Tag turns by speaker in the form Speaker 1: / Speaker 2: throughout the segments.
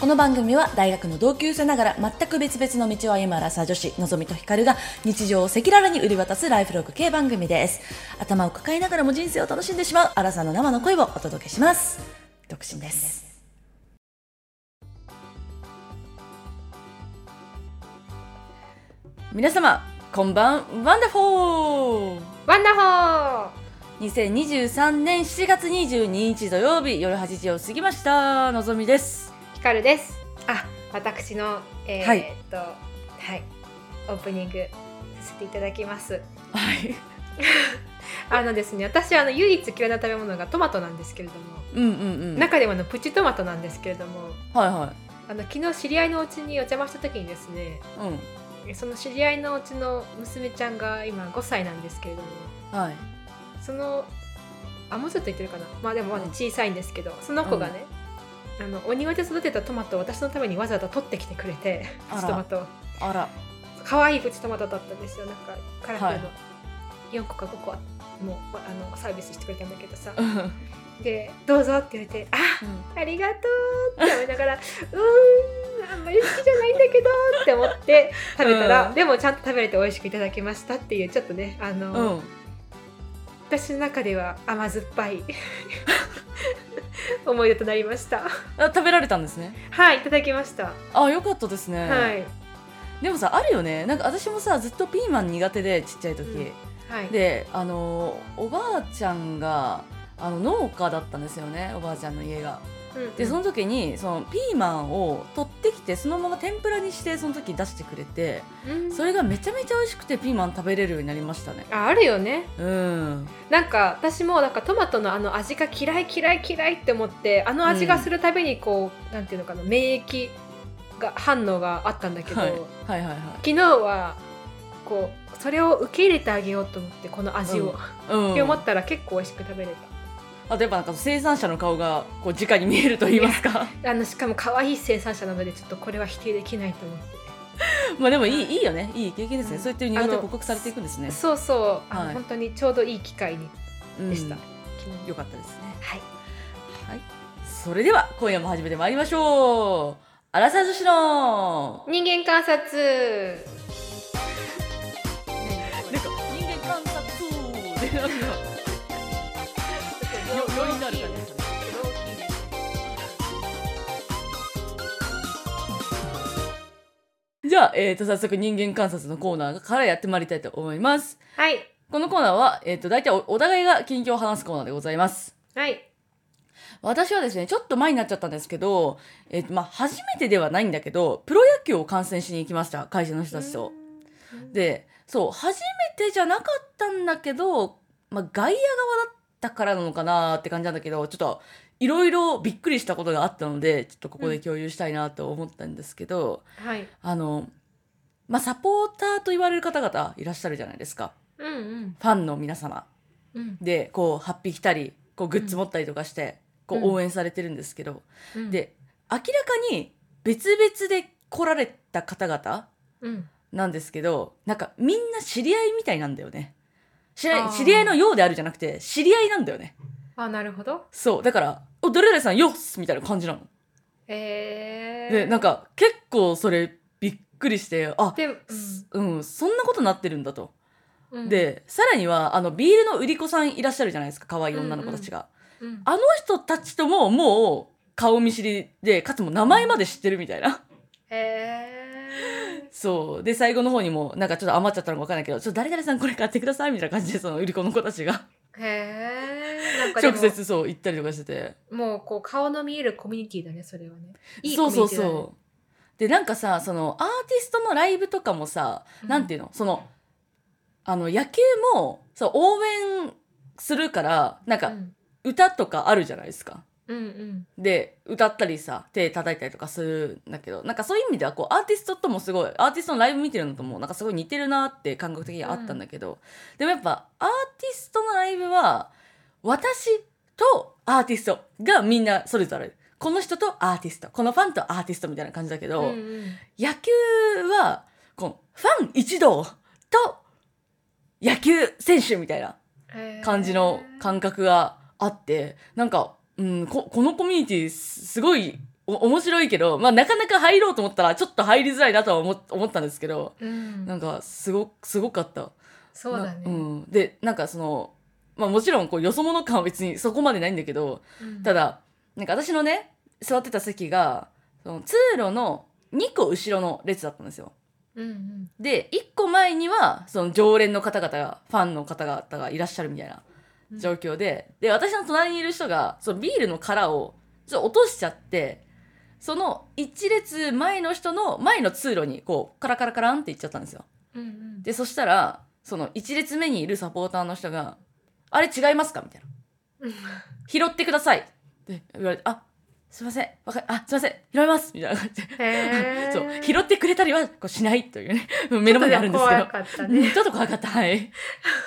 Speaker 1: この番組は大学の同級生ながら全く別々の道を歩むアラサー女子のぞみとひかるが日常を赤裸々に売り渡すライフログ系番組です頭を抱えながらも人生を楽しんでしまうアラサーの生の声をお届けします独身です皆様こんばんワンダフォー
Speaker 2: ワンダ
Speaker 1: 2023年7月22日土曜日夜8時を過ぎましたのぞみです
Speaker 2: ホーヒカルです。あ、私の、えー
Speaker 1: はい
Speaker 2: えっと、はい、オープニングさせていただきます。
Speaker 1: はい
Speaker 2: あのですね、私あの唯一嫌いな食べ物がトマトなんですけれども、
Speaker 1: うんうんうん
Speaker 2: 中でもあのプチトマトなんですけれども、
Speaker 1: はいは
Speaker 2: あの昨日知り合いのお家にお邪魔した時にですね、
Speaker 1: いうん
Speaker 2: その知り合いのお家の娘ちゃんが今5歳なんですけれども、
Speaker 1: はい
Speaker 2: そのあもうちょっと言ってるかな。まあでもまだ小さいんですけど、その子がね。あのお庭で育てたトマトを私のためにわざわざ取ってきてくれて
Speaker 1: あら
Speaker 2: プチトマトを
Speaker 1: あら
Speaker 2: 可愛いプチトマトだったんですよなんかカラフル
Speaker 1: は
Speaker 2: の4個か5個はもうあのサービスしてくれたんだけどさ
Speaker 1: うんうん
Speaker 2: で「どうぞ」って言われて「あありがとう」って思いなが ら「うーんあんまり好きじゃないんだけど」って思って食べたら、
Speaker 1: うん
Speaker 2: でもちゃんと食べれて美味しくいただきましたっていうちょっとねあの、
Speaker 1: うん
Speaker 2: 私の中では甘酸っぱい 思い出となりました
Speaker 1: あ食べられたんですね
Speaker 2: はいいただきました、
Speaker 1: あよかったですね、
Speaker 2: はい
Speaker 1: でもさあるよねなんか私もさずっとピーマン苦手でちっちゃい時、
Speaker 2: うんはい
Speaker 1: であのおばあちゃんがあの農家だったんですよねおばあちゃんの家が
Speaker 2: うん
Speaker 1: でその時にそのピーマンを取ってきてそのまま天ぷらにしてその時出してくれて
Speaker 2: うん
Speaker 1: それがめちゃめちゃ美味しくてピーマン食べれるようになりましたね
Speaker 2: ああるよね
Speaker 1: うん
Speaker 2: なんか私もなんかトマトのあの味が嫌い嫌い嫌いって思ってあの味がするたびにこう、なんていうのかな免疫が反応があったんだけど、
Speaker 1: はい、はいはいはい
Speaker 2: 昨日はこうそれを受け入れてあげようと思ってこの味を、
Speaker 1: うん
Speaker 2: って思ったら結構美味しく食べれ
Speaker 1: あとやっぱなんか生産者の顔がこう直に見えると言いますか
Speaker 2: たあのしかも可愛い生産者なのでちょっとこれは否定できないと思って。
Speaker 1: まあでもいいいいよねいい経験ですね、
Speaker 2: うん
Speaker 1: そうやって苦手
Speaker 2: あ
Speaker 1: を
Speaker 2: の
Speaker 1: 克服されていくんですね
Speaker 2: そうそう、あの
Speaker 1: はい
Speaker 2: 本当にちょうどいい機会に
Speaker 1: うん
Speaker 2: でした、昨日
Speaker 1: よかったですね
Speaker 2: はい
Speaker 1: はいそれでは今夜も始めてまいりましょうアラサー女子 の
Speaker 2: 人間観察
Speaker 1: なんか人間観察でなんか余韻になる感じですねじゃあ、えー、と早速人間観察のコーナーからやってまいりたいと思います
Speaker 2: はい
Speaker 1: このコーナーは、えー、と大体おお互いが近況を話すコーナーでございます
Speaker 2: はい
Speaker 1: 私はですねちょっと前になっちゃったんですけど、えーとまあ、初めてではないんだけどプロ野球を観戦しに行きました会社の人たちと。
Speaker 2: うん
Speaker 1: でそう初めてじゃなかったんだけど、まあ、外野側だったからなのかなって感じなんだけどちょっといろいろびっくりしたことがあったのでちょっとここで共有したいなと思ったんですけど、
Speaker 2: はい
Speaker 1: あの、まあ、サポーターと言われる方々いらっしゃるじゃないですか
Speaker 2: うんう
Speaker 1: フ
Speaker 2: ん
Speaker 1: ァンの皆様。
Speaker 2: うん
Speaker 1: でこうハッピー来たりこうグッズ持ったりとかして、
Speaker 2: うん
Speaker 1: こう応援されてるんですけど、
Speaker 2: うん
Speaker 1: で明らかに別々で来られた方々
Speaker 2: うん
Speaker 1: なんですけどなんかみんな知り合いみたいなんだよね知り合
Speaker 2: あ
Speaker 1: い
Speaker 2: ー
Speaker 1: 知り合いのようであるじゃなくて知り合いなんだよね
Speaker 2: あなるほど
Speaker 1: そうだから「お誰々さんよっす」みたいな感じなの、
Speaker 2: えー、
Speaker 1: でなんか結構それびっくりしてあ
Speaker 2: で、うん
Speaker 1: すうん、そんなことなってるんだと、
Speaker 2: うん、
Speaker 1: でさらにはあのビールの売り子さんいらっしゃるじゃないですか可愛い女の子たちが、
Speaker 2: うん、
Speaker 1: あの人たちとももう顔見知りでかつもう名前まで知ってるみたいな
Speaker 2: え
Speaker 1: そうで最後の方にもなんかちょっと余っちゃったのか分かんないけど「ちょっと誰々さんこれ買ってください」みたいな感じでその売り子の子たちが
Speaker 2: ー、えー、なんかでも
Speaker 1: 直接そう行ったりとかしてて
Speaker 2: もうこう顔の見えるコミュニティだねそれはねいい
Speaker 1: そうそう
Speaker 2: コミュニティだね
Speaker 1: そうでなんかさそのアーティストのライブとかもさ、
Speaker 2: うん
Speaker 1: なんていうのそのあの野球もそう応援するからなんか
Speaker 2: うん
Speaker 1: 歌とかあるじゃないですか。
Speaker 2: うんうん
Speaker 1: で歌ったりさ手叩いたりとかするんだけどなんかそういう意味ではこうアーティストともすごいアーティストのライブ見てるのともなんかすごい似てるなって感覚的にあったんだけど、でもやっぱアーティストのライブは私とアーティストがみんなそれぞれこの人とアーティストこのファンとアーティストみたいな感じだけど、
Speaker 2: うんうん
Speaker 1: 野球はこのファン一同と野球選手みたいな
Speaker 2: えー
Speaker 1: 感じの感覚があってなんか、うん、ここのコミュニティすすごいお面白いけど、まあ、なかなか入ろうと思ったらちょっと入りづらいなとは思思ったんですけど
Speaker 2: うん
Speaker 1: なんかすごすごかった。
Speaker 2: そうだね、
Speaker 1: なうん、でなんかその、まあ、もちろんこうよそ者感は別にそこまでないんだけど
Speaker 2: うん
Speaker 1: ただなんか私のね座ってた席がその通路の2個後ろの列だったんですよ。
Speaker 2: うんうん
Speaker 1: で1個前にはその常連の方々がファンの方々がいらっしゃるみたいな
Speaker 2: うん
Speaker 1: 状況で、で私の隣にいる人がそのビールの殻をちょっと落としちゃってその一列前の人の前の通路にこうカラカラカランって行っちゃったんですよ。
Speaker 2: うんうん
Speaker 1: でそしたらその一列目にいるサポーターの人が「あれ違いますか?」みたいな
Speaker 2: うん
Speaker 1: 「拾ってください」って言われて「あすいませんわかあすいません拾います」みたいな感じで。
Speaker 2: へー
Speaker 1: そう拾ってくれたりはこうしないというね 目の前にあるんですけど
Speaker 2: ちょっと怖かったね。
Speaker 1: ちょっと怖かった、はい。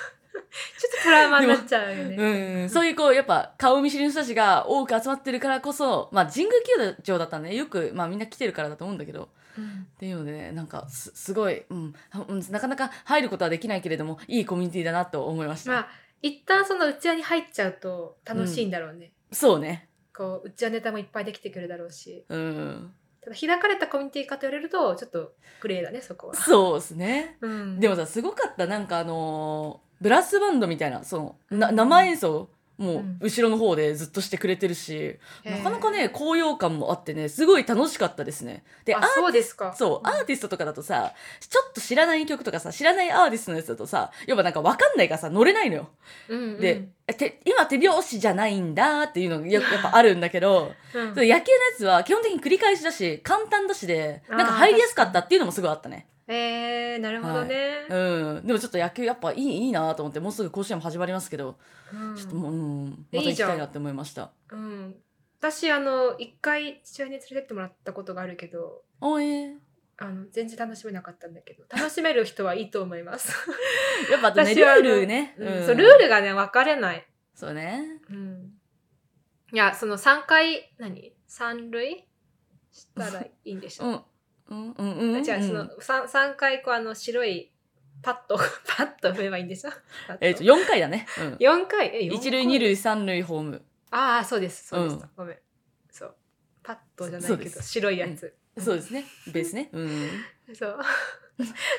Speaker 2: ちょっとトラウマになっちゃうよね。
Speaker 1: うん、そういうこう、やっぱ顔見知りの人たちが多く集まってるからこそ、まあ神宮球場だったんで、よく、まあみんな来てるからだと思うんだけど、
Speaker 2: うん
Speaker 1: っていうのでね、なんかす、すごい、うん、あうんなかなか入ることはできないけれども、いいコミュニティだなと思いました。
Speaker 2: まあ一旦その内輪に入っちゃうと楽しいんだろうね。
Speaker 1: そうね。
Speaker 2: こう内輪ネタもいっぱいできてくるだろうし、
Speaker 1: うん。
Speaker 2: ただ開かれたコミュニティかと言われるとちょっとグレーだねそこは。
Speaker 1: そうですね。
Speaker 2: うん、
Speaker 1: でもさ、すごかった。なんかあのーブラスバンドみたいな、その、な生演奏、もう
Speaker 2: うん
Speaker 1: 後ろの方でずっとしてくれてるし、
Speaker 2: へー
Speaker 1: なかなかね高揚感もあってねすごい楽しかったですね。で
Speaker 2: あそうですか。
Speaker 1: そう、アーティストとかだとさ、ちょっと知らない曲とかさ、知らないアーティストのやつだとさ、要はなんかわかんないからさ、乗れないのよ。
Speaker 2: うんうん、
Speaker 1: で、えて今手拍子じゃないんだっていうのがややっぱあるんだけど、
Speaker 2: うん
Speaker 1: そう野球のやつは基本的に繰り返しだし、簡単だしで、なんか
Speaker 2: あー
Speaker 1: 入りやすかったっていうのもすごいあったね。
Speaker 2: えー、なるほどね。
Speaker 1: うん。でもちょっと野球やっぱいい、いいなと思って、もうすぐ甲子園も始まりますけど、
Speaker 2: うん
Speaker 1: ちょっともう、うん、また
Speaker 2: い
Speaker 1: 行
Speaker 2: い
Speaker 1: き
Speaker 2: じゃん
Speaker 1: たいなって思いました。
Speaker 2: うん、私あの一回父親に連れてってもらったことがあるけど。
Speaker 1: おえ
Speaker 2: あの全然楽しめなかったんだけど楽しめる人はいいと思います、
Speaker 1: やっぱあとね、
Speaker 2: 私
Speaker 1: ル
Speaker 2: はあ
Speaker 1: ー
Speaker 2: の
Speaker 1: ルね。
Speaker 2: うん
Speaker 1: うん
Speaker 2: そうルールがね分かれない
Speaker 1: そうね。
Speaker 2: うんいや、その3回、何三類したらいいんでし
Speaker 1: う
Speaker 2: ょ、
Speaker 1: ん。うんうんうんうん。
Speaker 2: じゃあ、その 3, 三回、こう、あの、白いパッと、 パッと踏めばいいんでしょパッと
Speaker 1: えっと、4回だね。うん。
Speaker 2: 四回、え、四回
Speaker 1: 一塁二。塁三塁ホーム
Speaker 2: ああ、そうです、そうです、
Speaker 1: うん
Speaker 2: ごめん。そう。パッとじゃな
Speaker 1: そう
Speaker 2: い
Speaker 1: で
Speaker 2: け
Speaker 1: す
Speaker 2: ど、白いやつ。
Speaker 1: そうですねベースねうん
Speaker 2: そう。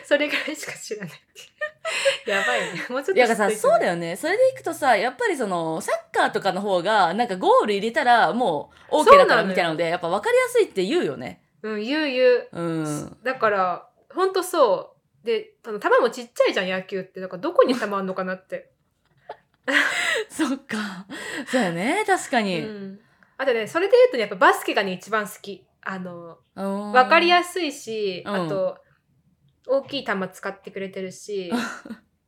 Speaker 2: それぐらいしか知らないって いう。やばいね。もうちょっと知っとい
Speaker 1: いやだからさそうだ
Speaker 2: よ。
Speaker 1: よねそれでいくとさやっぱりそのサッカーとかの方がなんかゴール入れたらもう OK だからみたいなのでやっぱ分かりやすいって言うよね
Speaker 2: うん、言う言う。
Speaker 1: うん
Speaker 2: だから、ほんとそう。で、あの球もちっちゃいじゃん、野球って。だから、どこに球あんのかなって。
Speaker 1: そっかそうや ね確か
Speaker 2: う
Speaker 1: に、
Speaker 2: ん、あとねそれで言うとねやっぱバスケがね一番好きあの
Speaker 1: うん、
Speaker 2: 分かり
Speaker 1: や
Speaker 2: やすいし、
Speaker 1: うん
Speaker 2: あと大きい球使ってくれてる し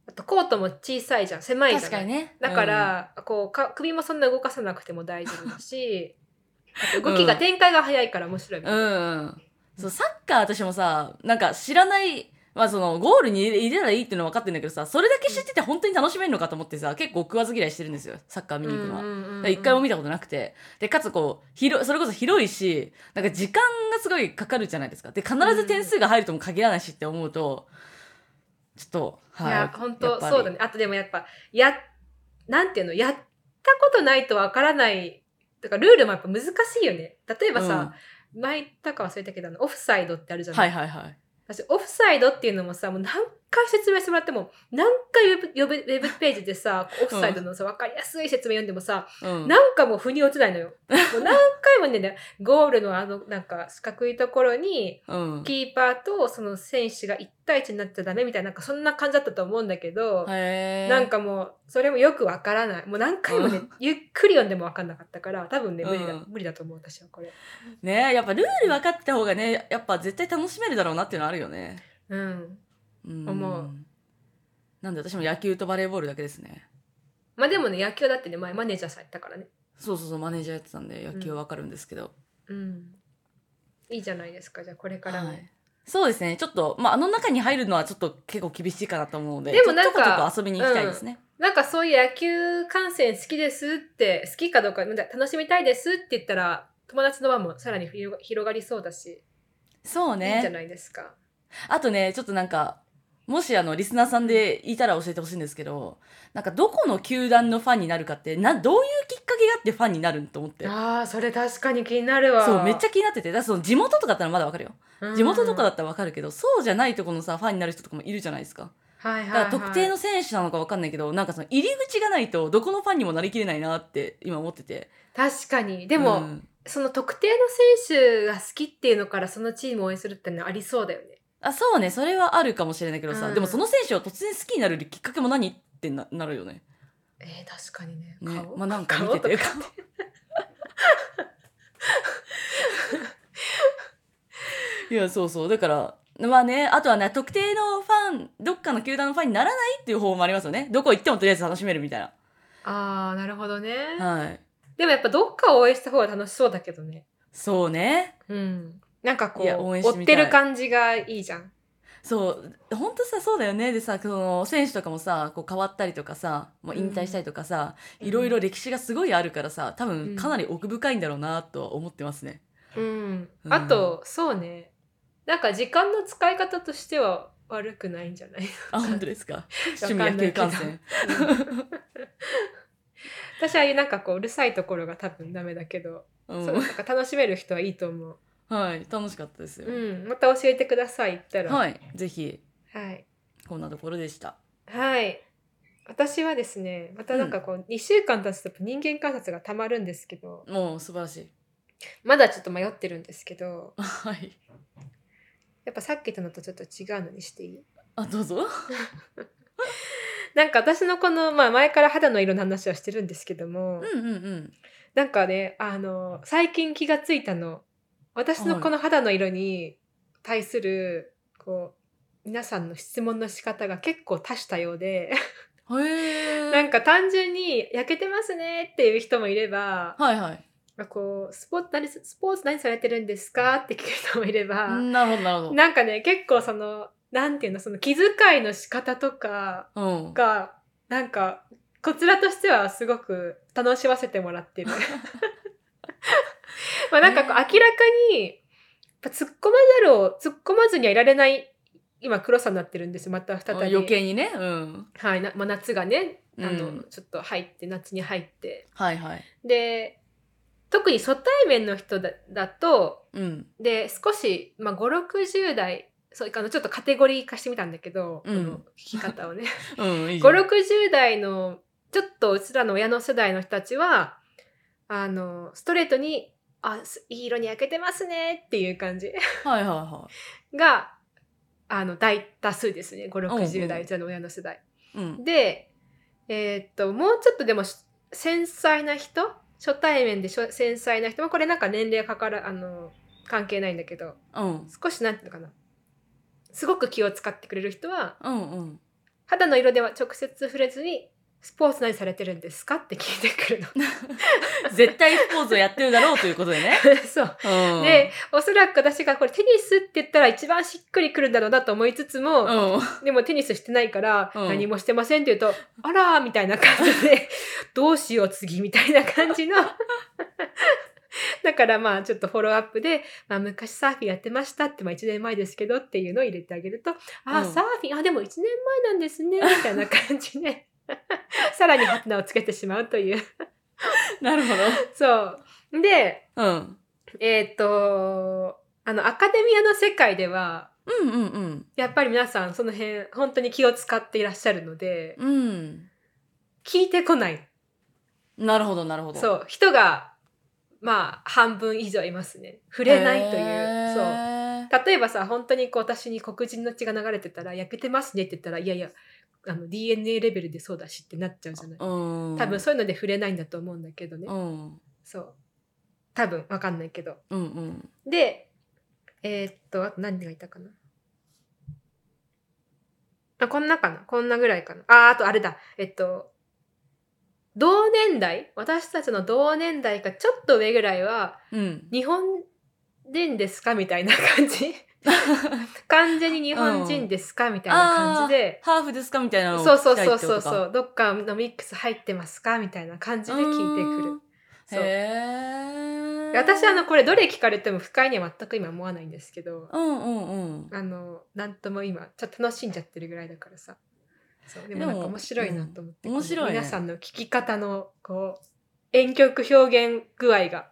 Speaker 2: あとコートも小さいじゃん狭いじゃ
Speaker 1: 確か
Speaker 2: な
Speaker 1: に
Speaker 2: い、
Speaker 1: ね
Speaker 2: だか、ら、こうか首もそんな動かさなくても大丈夫 だしあと動きが、展開が早いから面白いみ
Speaker 1: う
Speaker 2: た
Speaker 1: ん、
Speaker 2: いな、
Speaker 1: うんそうサッカー私もさなんか知らないまあそのゴールに入れ入れたらいいっていうのは分かってんだけどさそれだけ知ってて本当に楽しめるのかと思ってさ結構食わず嫌いしてるんですよサッカー見に行くのは
Speaker 2: う。んうんう
Speaker 1: だ
Speaker 2: ん
Speaker 1: から一回も見たことなくてでかつこう広いそれこそ広いしなんか時間がすごいかかるじゃないですかで必ず点数が入るとも限らないしって思うとちょっとはい
Speaker 2: いや本
Speaker 1: やっ
Speaker 2: 当
Speaker 1: ぱり
Speaker 2: そうだねあとでもやっぱやなんていうのやったことないとわからないだからルールもやっぱ難しいよね例えばさ、前言ったか忘れたけどあのオフサイドってあるじ
Speaker 1: う
Speaker 2: ゃ
Speaker 1: ん、
Speaker 2: な、
Speaker 1: はいいはいはい
Speaker 2: 私オフサイドっていうのもさもう何回説明してもらっても何回ウェブウェブウェブページでさオフサイドのさ分かりやすい説明読んでもさ、
Speaker 1: うん
Speaker 2: なんかもう腑に落ちない のよ。もう何回もねゴールのあのなんか四角いところに
Speaker 1: うん
Speaker 2: キーパーとその選手が1対1になっちゃダメみたいななんかそんな感じだったと思うんだけど、
Speaker 1: へー
Speaker 2: なんかもうそれもよくわからないもう何回もね、
Speaker 1: うん
Speaker 2: ゆっくり読んでも分かんなかったから多分ね無理だ、
Speaker 1: うん
Speaker 2: 無理だと思う私はこれ。
Speaker 1: ねやっぱルール分かってた方がねやっぱ絶対楽しめるだろうなっていうのはあるよね
Speaker 2: うん
Speaker 1: うん
Speaker 2: 思う
Speaker 1: なんで私も野球とバレーボールだけですね
Speaker 2: まあでもね野球だってね前マネージャーさんやったからね
Speaker 1: そうそうそうマネージャーやってたんで野球は分かるんですけど、
Speaker 2: うんいいじゃないですかじゃあこれからも、
Speaker 1: はい、そうですねちょっと、まあ、あの中に入るのはちょっと結構厳しいかなと思うので
Speaker 2: でもなん
Speaker 1: ち
Speaker 2: か
Speaker 1: ょっとちょっと遊びに行きたいですね、
Speaker 2: なんかそういう野球観戦好きですって好きかどうかまだ楽しみたいですって言ったら友達の輪もさらに広が広がりそうだし、
Speaker 1: そう
Speaker 2: いいんじゃ
Speaker 1: ね
Speaker 2: ないですか
Speaker 1: あとねちょっとなんかもしあのリスナーさんでいたら教えてほしいんですけどなんかどこの球団のファンになるかってなどういうきっかけがあってファンになると思って
Speaker 2: ああそれ確かに気になるわ
Speaker 1: そうめっちゃ気になっててだからその地元とかだったらまだわかるよ
Speaker 2: うん
Speaker 1: 地元とかだったらわかるけどそうじゃないとこのさファンになる人とかもいるじゃないですか
Speaker 2: はいはい、
Speaker 1: だ
Speaker 2: は
Speaker 1: か
Speaker 2: い、
Speaker 1: ら特定の選手なのかわかんないけどなんかその入り口がないとどこのファンにもなりきれないなって今思ってて
Speaker 2: 確かにで
Speaker 1: で
Speaker 2: も、その特定の選手が好きっていうのからそのチームを応援するってのはありそうだよね
Speaker 1: あそうねそれはあるかもしれないけどさ、
Speaker 2: うん
Speaker 1: でもその選手を突然好きになるきっかけも何ってななるよね。
Speaker 2: えー、確かにね
Speaker 1: ね
Speaker 2: 顔、
Speaker 1: まあなんか見てて
Speaker 2: 顔とか
Speaker 1: いやそうそうだからまあねあとはね特定のファンどっかの球団のファンにならないっていう方もありますよねどこ行ってもとりあえず楽しめるみたい
Speaker 2: ああなるほどね、
Speaker 1: な。はい、
Speaker 2: でもやっぱどっかを応援した方が楽しそうだけどね
Speaker 1: そうね
Speaker 2: うんなんかこ
Speaker 1: いや応
Speaker 2: う
Speaker 1: 援して
Speaker 2: 追
Speaker 1: み
Speaker 2: った
Speaker 1: い
Speaker 2: てる感じがいいじゃん
Speaker 1: そう本当さそうだよねでさその選手とかもさこう変わったりとかさもう引退したりとかさ、
Speaker 2: うん
Speaker 1: いろいろ歴史がすごいあるからさ多
Speaker 2: う
Speaker 1: 分
Speaker 2: ん
Speaker 1: かなり奥深いんだろうなとは思って ますね。
Speaker 2: うん
Speaker 1: うん
Speaker 2: あと、そうねなんか時間の使い方としては悪くないんじゃない
Speaker 1: あ本当ですか
Speaker 2: わ
Speaker 1: 趣
Speaker 2: かん
Speaker 1: 味
Speaker 2: ない
Speaker 1: 野球観
Speaker 2: けど
Speaker 1: 戦。
Speaker 2: 私ああいうなんかこううるさいところが多分ダメだけど、
Speaker 1: う
Speaker 2: そうんなんか楽しめる人はいいと思う
Speaker 1: はい、楽しかったですよ。
Speaker 2: うん、また教えてください言ったら
Speaker 1: はい、ぜひ
Speaker 2: はい、
Speaker 1: こんなところでした。
Speaker 2: はい私はですねまたなんかこう2週間経つと人間観察がたまるんですけど
Speaker 1: もう素晴らしい。
Speaker 2: まだちょっと迷ってるんですけど
Speaker 1: はい。
Speaker 2: やっぱさっきとのとちょっと違うのにしていい
Speaker 1: あ、どうぞ。
Speaker 2: なんか私のこの、まあ、前から肌の色の話はしてるんですけども、
Speaker 1: うんうんうん。
Speaker 2: なんかねあの最近気がついたの私のこの肌の色に対する、こう皆さんの質問の仕方が結構多種多様で。
Speaker 1: へえ。
Speaker 2: なんか単純に焼けてますねっていう人もいれば、
Speaker 1: はいはい。
Speaker 2: こうスポーツ何すスポーツ何されてるんですかって聞く人もいれば、
Speaker 1: うんなるほどなるほ
Speaker 2: なんかね結構そのなんていうのその気遣いの仕方とか
Speaker 1: ど。うん。
Speaker 2: がなんかこちらとしてはすごく楽しませてもら ってる。まあなんかこう明らかにやっぱ突っ込まざるを突っ込まずにはいられない今黒さになってるんですよまた再び。
Speaker 1: 余計にね。うん。
Speaker 2: はいなまあ、夏がねあの、
Speaker 1: うん
Speaker 2: ちょっと入って夏に入って
Speaker 1: はいはい。
Speaker 2: で特に初対面の人だだと
Speaker 1: うん。
Speaker 2: で少し、まあ、560代そうあのちょっとカテゴリー化してみたんだけど、
Speaker 1: うん
Speaker 2: この聞き方をね
Speaker 1: うん。いいじゃん
Speaker 2: 560代のちょっとうちらの親の世代の人たちはあのストレートに「あすいい色に焼けてますね」っていう感じ
Speaker 1: はいはいは
Speaker 2: があの大多数ですね
Speaker 1: うんう
Speaker 2: 560
Speaker 1: ん
Speaker 2: 代うちらの親の世代。
Speaker 1: い。うん。
Speaker 2: で、えーっと、もうちょっとでもし繊細な人初対面でしょ繊細な人はこれなんか年齢かから、あの、関係ないんだけど、
Speaker 1: うん。
Speaker 2: 少しなんていうのかな。すごく気を使ってくれる人は、
Speaker 1: うん うん。
Speaker 2: 肌の色では直接触れずに、スポーツ何されてるんですかって聞いてくるの。
Speaker 1: 絶対スポーツをやってるだろうということでね。
Speaker 2: そう。
Speaker 1: うん。
Speaker 2: で、おそらく私がこれテニスって言ったら一番しっくりくるんだろうなと思いつつ
Speaker 1: う
Speaker 2: も、
Speaker 1: ん。
Speaker 2: でもテニスしてないから、
Speaker 1: うん
Speaker 2: 何もしてませんって言うと、あらーみたいな感じ で、どうしよう次みたいな感じの。 だからまあちょっとフォローアップで、まあ昔サーフィンやってましたって、まあ1年前ですけどっていうのを入れてあげると、あ
Speaker 1: う
Speaker 2: ー
Speaker 1: ん
Speaker 2: サーフィン、あ、でも1年前なんですね、みたいな感じで、 さらにハテナをつけてしまうという。
Speaker 1: なるほ
Speaker 2: そう。で、
Speaker 1: ど。うん。
Speaker 2: えーっ、と、あの、アカデミアの世界では、
Speaker 1: うんうんうん。
Speaker 2: やっぱり皆さんその辺本当に気を使っていらっしゃるので、
Speaker 1: うん。
Speaker 2: 聞いてこない。
Speaker 1: なるほどなるほど。う。
Speaker 2: そう、人が、まあ、半分以上いますね。触れないという。そう。
Speaker 1: う。
Speaker 2: 例えばさ、本当にこう、私に黒人の血が流れてたら、焼けてますねって言ったら、いやいや、あの、DNA レベルでそうだしってなっちゃうじゃない。
Speaker 1: うん。
Speaker 2: 多分そういうので触れないんだと思うんだけどね。
Speaker 1: うん。
Speaker 2: そう。多分、わかんないけど。
Speaker 1: うんうん。
Speaker 2: で、えーっと、あと何がいたかな。あ、こんなかな。こんなぐらいかな。あ、あとあれだ。えっと、同年代、私たちの同年代かちょっと上ぐらいは、
Speaker 1: うん。
Speaker 2: 日本人ですかみたいな感 じ。完全に日本人ですかみたいな感じで。
Speaker 1: ハーフですかみたいなのを
Speaker 2: そうそうそう
Speaker 1: 聞きたい
Speaker 2: そ
Speaker 1: ってこと
Speaker 2: うそ
Speaker 1: か
Speaker 2: う。どっかのミックス入ってますかみたいな感じで聞いてくる。そう
Speaker 1: へえ。
Speaker 2: 私あのこれどれ聞かれても不快には全く今思わないんですけど
Speaker 1: うんうんうん。
Speaker 2: あのなんとも今ちょっと楽しんじゃってるぐらいだからさそうでも
Speaker 1: でも
Speaker 2: なんか面白いなと思って、
Speaker 1: うん面白いね
Speaker 2: この皆さんの聞き方のこう遠曲表現具合 が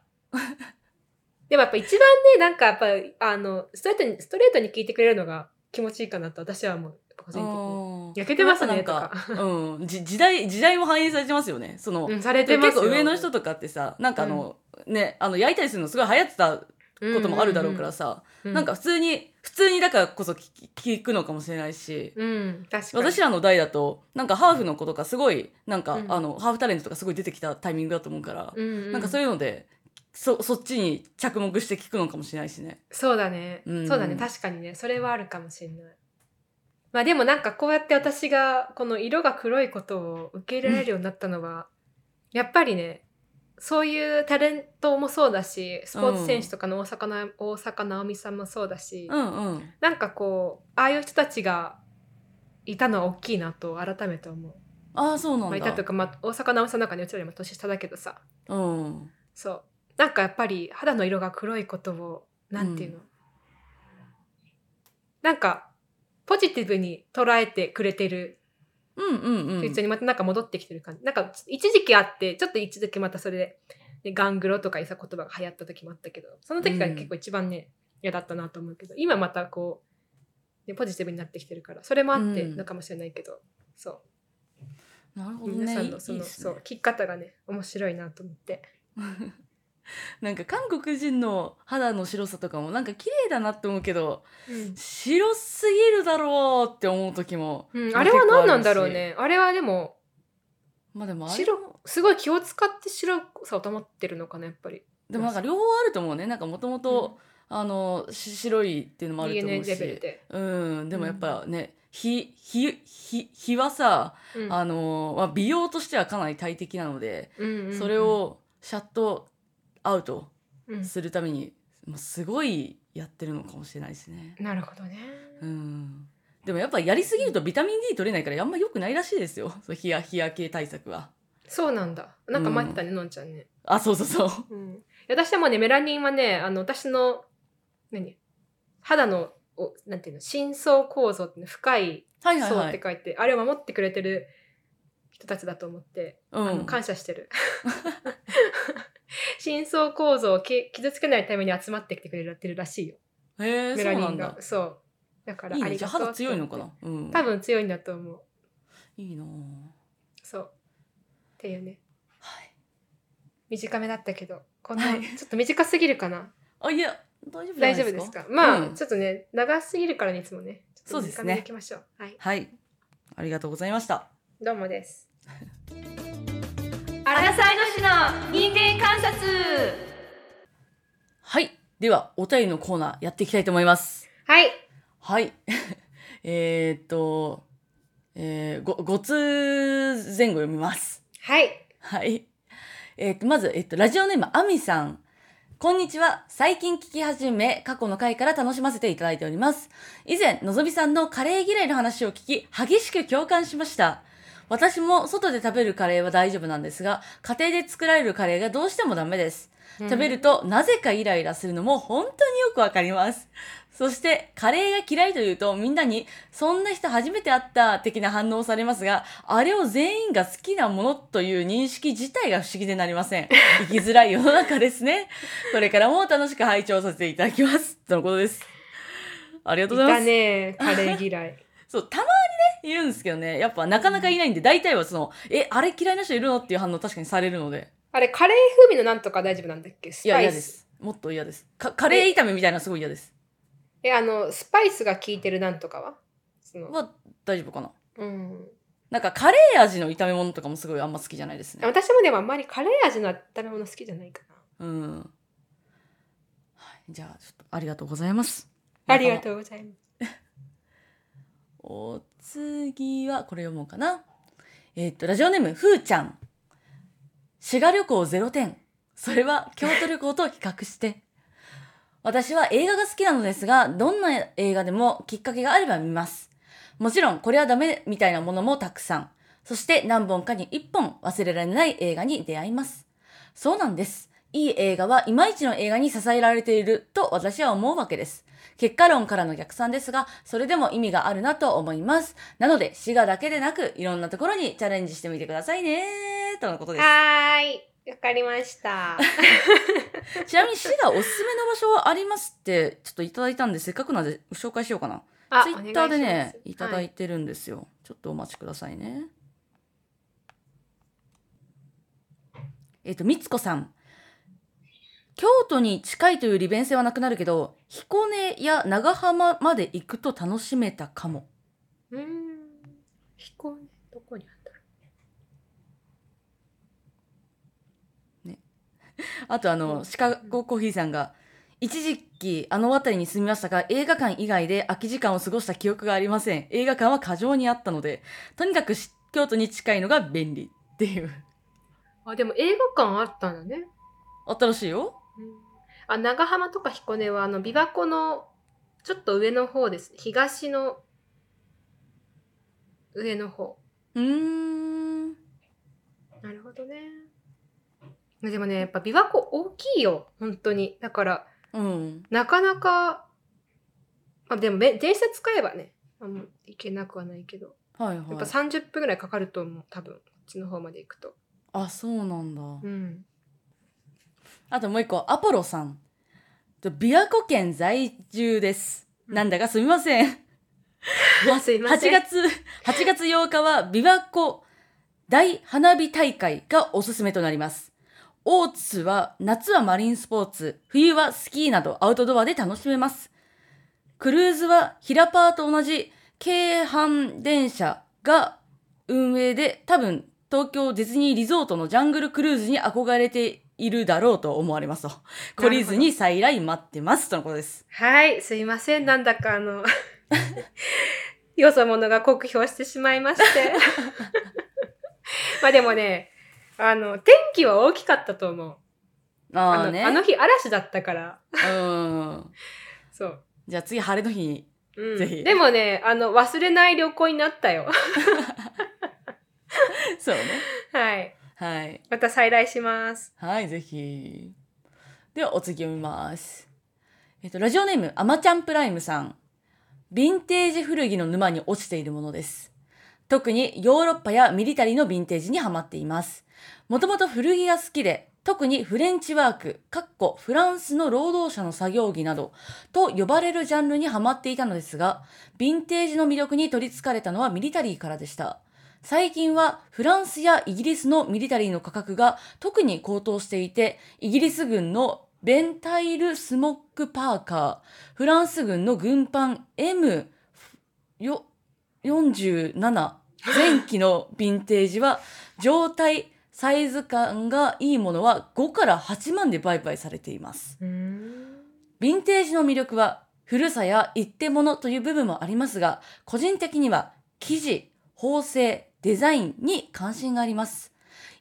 Speaker 2: でもやっぱ一番ねなんかやっぱあのストレートにストレートに聞いてくれるのが気持ちいいかなと私はもう個人的に
Speaker 1: うん
Speaker 2: 焼けてますね
Speaker 1: なんかなんか、うん、じ時代時代も反映されてますよねその、
Speaker 2: うんされてます
Speaker 1: 結
Speaker 2: よ
Speaker 1: 構上の人とかってさなんかあの、ねあの焼いたりするのすごい流行ってたこ
Speaker 2: こと
Speaker 1: もあるだろうからさ、なんか普通に普通にだからこそ聞き聞くのかもしれないし、
Speaker 2: うん確かに
Speaker 1: 私らの代だとなんかハーフの子とかすごいなんか、
Speaker 2: うん
Speaker 1: あのハーフタレントとかすごい出てきたタイミングだと思うから、
Speaker 2: うんうん
Speaker 1: なんかそういうのでそそっちに着目して聞くのかもしれないしね。
Speaker 2: そうだね、
Speaker 1: うん
Speaker 2: そうだね確かにねそれはあるかもしれないまあでもなんかこうやって私がこの色が黒いことを受け入れられるようになった のは、やっぱりねそういうタレントもそうだしスポーツ選手とかの大阪な、大阪なおみさんもそうだし、
Speaker 1: うんうん、
Speaker 2: なんかこうああいう人たちがいたのは大きいなと改めて思う。
Speaker 1: ああそうなん
Speaker 2: まあ、
Speaker 1: だ。
Speaker 2: いたというか、まあ、大阪なおみさんなんかねうちらよりも年下だけどさ
Speaker 1: うん
Speaker 2: そうなんかやっぱり肌の色が黒いことをなんていうの、なんかポジティブに捉えてくれてる
Speaker 1: うんうんうん。
Speaker 2: 普通にまたなんか戻ってきてる感じ、なんか一時期あってちょっと一時期またそれででガングロとかいうさ言葉が流行った時もあったけどその時が結構一番ね、嫌だったなと思うけど今またこう、ね、ポジティブになってきてるからそれもあって
Speaker 1: うん
Speaker 2: のかもしれないけど、そ
Speaker 1: なるほ
Speaker 2: う
Speaker 1: ど
Speaker 2: 皆
Speaker 1: ね。
Speaker 2: さ
Speaker 1: い
Speaker 2: ん
Speaker 1: い
Speaker 2: のその
Speaker 1: いいっす
Speaker 2: そう
Speaker 1: ね。
Speaker 2: 聞き方がね面白いなと思って。
Speaker 1: なんか韓国人の肌の白さとかもなんか綺麗だなって思うけど
Speaker 2: うん
Speaker 1: 白すぎるだろうって思う時も、
Speaker 2: うん、
Speaker 1: ま
Speaker 2: あ
Speaker 1: あ
Speaker 2: れは何なんだろ
Speaker 1: 結構あ
Speaker 2: う。
Speaker 1: るし
Speaker 2: ね。あれはでも、
Speaker 1: まあでもあれ
Speaker 2: 白、すごい気を使って白さを保ってるのかな、やっぱり。
Speaker 1: でもなんか両方あると思うね。なんかもともとあのし白いっていうのもあると思
Speaker 2: DNA
Speaker 1: う
Speaker 2: レベル
Speaker 1: し。
Speaker 2: で。
Speaker 1: うん、でもやっぱね、日日日日はさ、
Speaker 2: うん
Speaker 1: あのまあ美容としてはかなり大敵なので、
Speaker 2: うんうんうん
Speaker 1: それをシャットアウト
Speaker 2: うん
Speaker 1: するために、まあすごいやってるのかもしれないですね。
Speaker 2: なるほどね。
Speaker 1: うん。でもやっぱやりすぎるとビタミン D 取れないからあんま良くないらしいですよ。そう日焼日焼け対策は。
Speaker 2: そうなんだ。なんか待ってたね、のんちゃんね。
Speaker 1: あ、そうそうそう。
Speaker 2: うん。いや私はもうね、メラニンはね、あの、私の、何肌の、おなんていうの、深層構造っていうの深い
Speaker 1: はいはい
Speaker 2: 層
Speaker 1: は
Speaker 2: って
Speaker 1: い。
Speaker 2: 書いて、あれを守ってくれてる人たちだと思って、
Speaker 1: う
Speaker 2: あの
Speaker 1: ん。
Speaker 2: 感謝してる。 深層構造をけ傷つけないために集まってきてくれてるらしいよ。
Speaker 1: へえ、
Speaker 2: メ
Speaker 1: そ
Speaker 2: ラ
Speaker 1: う
Speaker 2: ニ
Speaker 1: な
Speaker 2: ン
Speaker 1: ん
Speaker 2: が
Speaker 1: だ。。
Speaker 2: そう。だから
Speaker 1: いい
Speaker 2: あ
Speaker 1: ね。
Speaker 2: り
Speaker 1: じゃ
Speaker 2: が
Speaker 1: あ
Speaker 2: とう
Speaker 1: 肌強いのか
Speaker 2: って
Speaker 1: な。うん。
Speaker 2: 多分強いんだと思う。
Speaker 1: いいなぁ
Speaker 2: そう。っていうね。
Speaker 1: はい。
Speaker 2: 短めだったけど、こんな、
Speaker 1: はい
Speaker 2: ちょっと短すぎるかな。
Speaker 1: あ、いや、大丈夫じゃない
Speaker 2: 大
Speaker 1: で
Speaker 2: 丈
Speaker 1: すか
Speaker 2: 夫ですかまあ、
Speaker 1: うん
Speaker 2: ちょっとね、長すぎるからね、いつもね。ちょっ
Speaker 1: そう
Speaker 2: と
Speaker 1: です
Speaker 2: 短
Speaker 1: ね
Speaker 2: めにいきましょう。はい。
Speaker 1: はい。ありがとうございました。
Speaker 2: どうもです。アラサー女子の人間観察
Speaker 1: はい。では、お便りのコーナーやっていきたいと思います。
Speaker 2: はい。
Speaker 1: はい。 えーっと、えー、ご、ご通前後読みます。
Speaker 2: はい。
Speaker 1: はい。えーっと、まず、えっと、ラジオネーム、あみさん。こんにちは。最近聞き始め、過去の回から楽しませていただいております。以前、のぞみさんのカレー嫌いの話を聞き、激しく共感しました。私も外で食べるカレーは大丈夫なんですが、家庭で作られるカレーがどうしてもダメです。食べるとなぜかイライラするのも本当によくわかります。そしてカレーが嫌いというとみんなにそんな人初めて会った的な反応をされますが、あれを全員が好きなものという認識自体が不思議でなりませ ん。生きづらい世の中ですね。これからも楽しく拝聴させていただきます。とのことです。ありがと
Speaker 2: いう
Speaker 1: ございま
Speaker 2: た
Speaker 1: す。
Speaker 2: ね、カレー嫌い。
Speaker 1: そう、たまにね、いるんですけどね、やっぱなかなかいないんで、大体はその、え、あれ嫌いな人いるのっていう反応確かにされるので。
Speaker 2: あれ、カレー風味のなんとか大丈夫なんだっけス
Speaker 1: いや、
Speaker 2: パイ
Speaker 1: 嫌
Speaker 2: ス。
Speaker 1: です。もっと嫌です。かカレー炒めみたいなのすごい嫌です。
Speaker 2: え、あの、スパイスが効いてるなんとかはその、
Speaker 1: は大丈夫かな
Speaker 2: うん。
Speaker 1: なんかカレー味の炒め物とかもすごいあんま好きじゃないですね
Speaker 2: 私もでもあんまりカレー味の食べ物好きじゃないか
Speaker 1: うん、はい、じゃあちょっとありがとうございます
Speaker 2: な。ありがとうございます。
Speaker 1: お次はこれ読もうかな。えーっと、ラジオネーム、ふーちゃん。滋賀旅行0点。それは京都旅行と比較して。私は映画が好きなのですが、どんな映画でもきっかけがあれば見ます。もちろん、これはダメみたいなものもたくさん。そして何本かに1本忘れられない映画に出会います。そうなんです。いい映画はいまいちの映画に支えられていると私は思うわけです。結果論からの逆算ですが、それでも意味があるなと思います。なので、滋賀だけでなく、いろんなところにチャレンジしてみてくださいねとのことで
Speaker 2: はーい。わかりま した。
Speaker 1: す。ちなみに滋賀おすすめの場所はありますって、ちょっといただいたんで、せっかくなんで紹介しようかな。
Speaker 2: あ
Speaker 1: ツイッターでね、いただ
Speaker 2: はい
Speaker 1: いてるんですよ、ちょっとお待ちくださいね。えっ、と、みつこさん。京都に近いという利便性はなくなるけど、彦根や長浜まで行くと楽しめたかも。
Speaker 2: うーん。飛行ね、どこにあった
Speaker 1: あとあの、
Speaker 2: うん
Speaker 1: シカゴコーヒーさんが、一時期あの辺りに住みましたが、映画館以外で空き時間を過ごした記憶がありません。映画館は過剰にあったので、とにかくし京都に近いのが便利って いう。
Speaker 2: あ、でも映画館あったんだね。
Speaker 1: 新しいよ。
Speaker 2: うんあ、長浜とか彦根は、あの、琵琶湖の、ちょっと上の方です。東の、上の方。
Speaker 1: うーん。
Speaker 2: なるほどね。でもね、やっぱ琵琶湖大きいよ。本当に。だから、
Speaker 1: うん。
Speaker 2: なかなか、まあでもめ電車使えばね、あの、行けなくはないけど、
Speaker 1: はい
Speaker 2: やっ
Speaker 1: は
Speaker 2: ぱ
Speaker 1: い。
Speaker 2: 30分ぐらいかかると思う、多分、こっちの方まで行くと。
Speaker 1: あ、そうなんだ。
Speaker 2: うん。
Speaker 1: あともう一個、アポロさん。と琵琶湖県在住です。
Speaker 2: うん
Speaker 1: なんだかすみません。
Speaker 2: すいま
Speaker 1: 8
Speaker 2: せん。
Speaker 1: 月、8月8日は琵琶湖大花火大会がおすすめとなります。大津は夏はマリンスポーツ、冬はスキーなどアウトドアで楽しめます。クルーズは平パーと同じ京阪電車が運営で多分東京ディズニーリゾートのジャングルクルーズに憧れているだろうと思われますと。懲りずに再来待ってますとのことです。
Speaker 2: はい、すいません。なんだかあの、 よそ者が酷評してしまいまして。まあでもね、あの、天気は大きかったと思う。
Speaker 1: あ
Speaker 2: あ
Speaker 1: あ
Speaker 2: の
Speaker 1: ね。
Speaker 2: あの日嵐だったから。
Speaker 1: うん。
Speaker 2: そう。
Speaker 1: じゃあ次晴れの日に
Speaker 2: うん
Speaker 1: ぜひ
Speaker 2: でもね、あの、忘れない旅行になったよ。
Speaker 1: そうね。
Speaker 2: はい。
Speaker 1: はい。
Speaker 2: また再来します。
Speaker 1: はい、ぜひ。では、お次読みます。えっと、ラジオネーム、あまちゃんプライムさん。ヴィンテージ古着の沼に落ちているものです。特にヨーロッパやミリタリーのヴィンテージにハマっています。もともと古着が好きで、特にフレンチワーク、かっこフランスの労働者の作業着など、と呼ばれるジャンルにハマっていたのですが、ヴィンテージの魅力に取り憑かれたのはミリタリーからでした。最近はフランスやイギリスのミリタリーの価格が特に高騰していて、イギリス軍のベンタイルスモックパーカー、フランス軍の軍艦 M よ47前期のヴィンテージは状態、サイズ感がいいものは5から8万で売買されています。
Speaker 2: うん。
Speaker 1: ヴィンテージの魅力は古さや一手物という部分もありますが、個人的には生地、縫製、デザインに関心があります。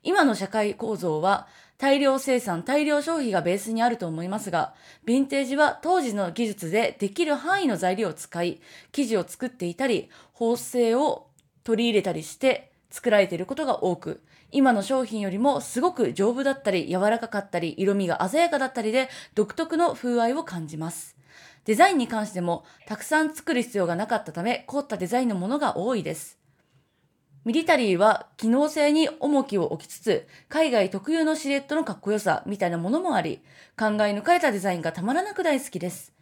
Speaker 1: 今の社会構造は大量生産、大量消費がベースにあると思いますが、ヴィンテージは当時の技術でできる範囲の材料を使い、生地を作っていたり、縫製を取り入れたりして作られていることが多く、今の商品よりもすごく丈夫だったり、柔らかかったり、色味が鮮やかだったりで、独特の風合いを感じます。デザインに関しても、たくさん作る必要がなかったため、凍ったデザインのものが多いです。ミリタリーは機能性に重きを置きつつ、海外特有のシルエットのかっこよさみたいなものもあり、考え抜かれたデザインがたまらなく大好きです。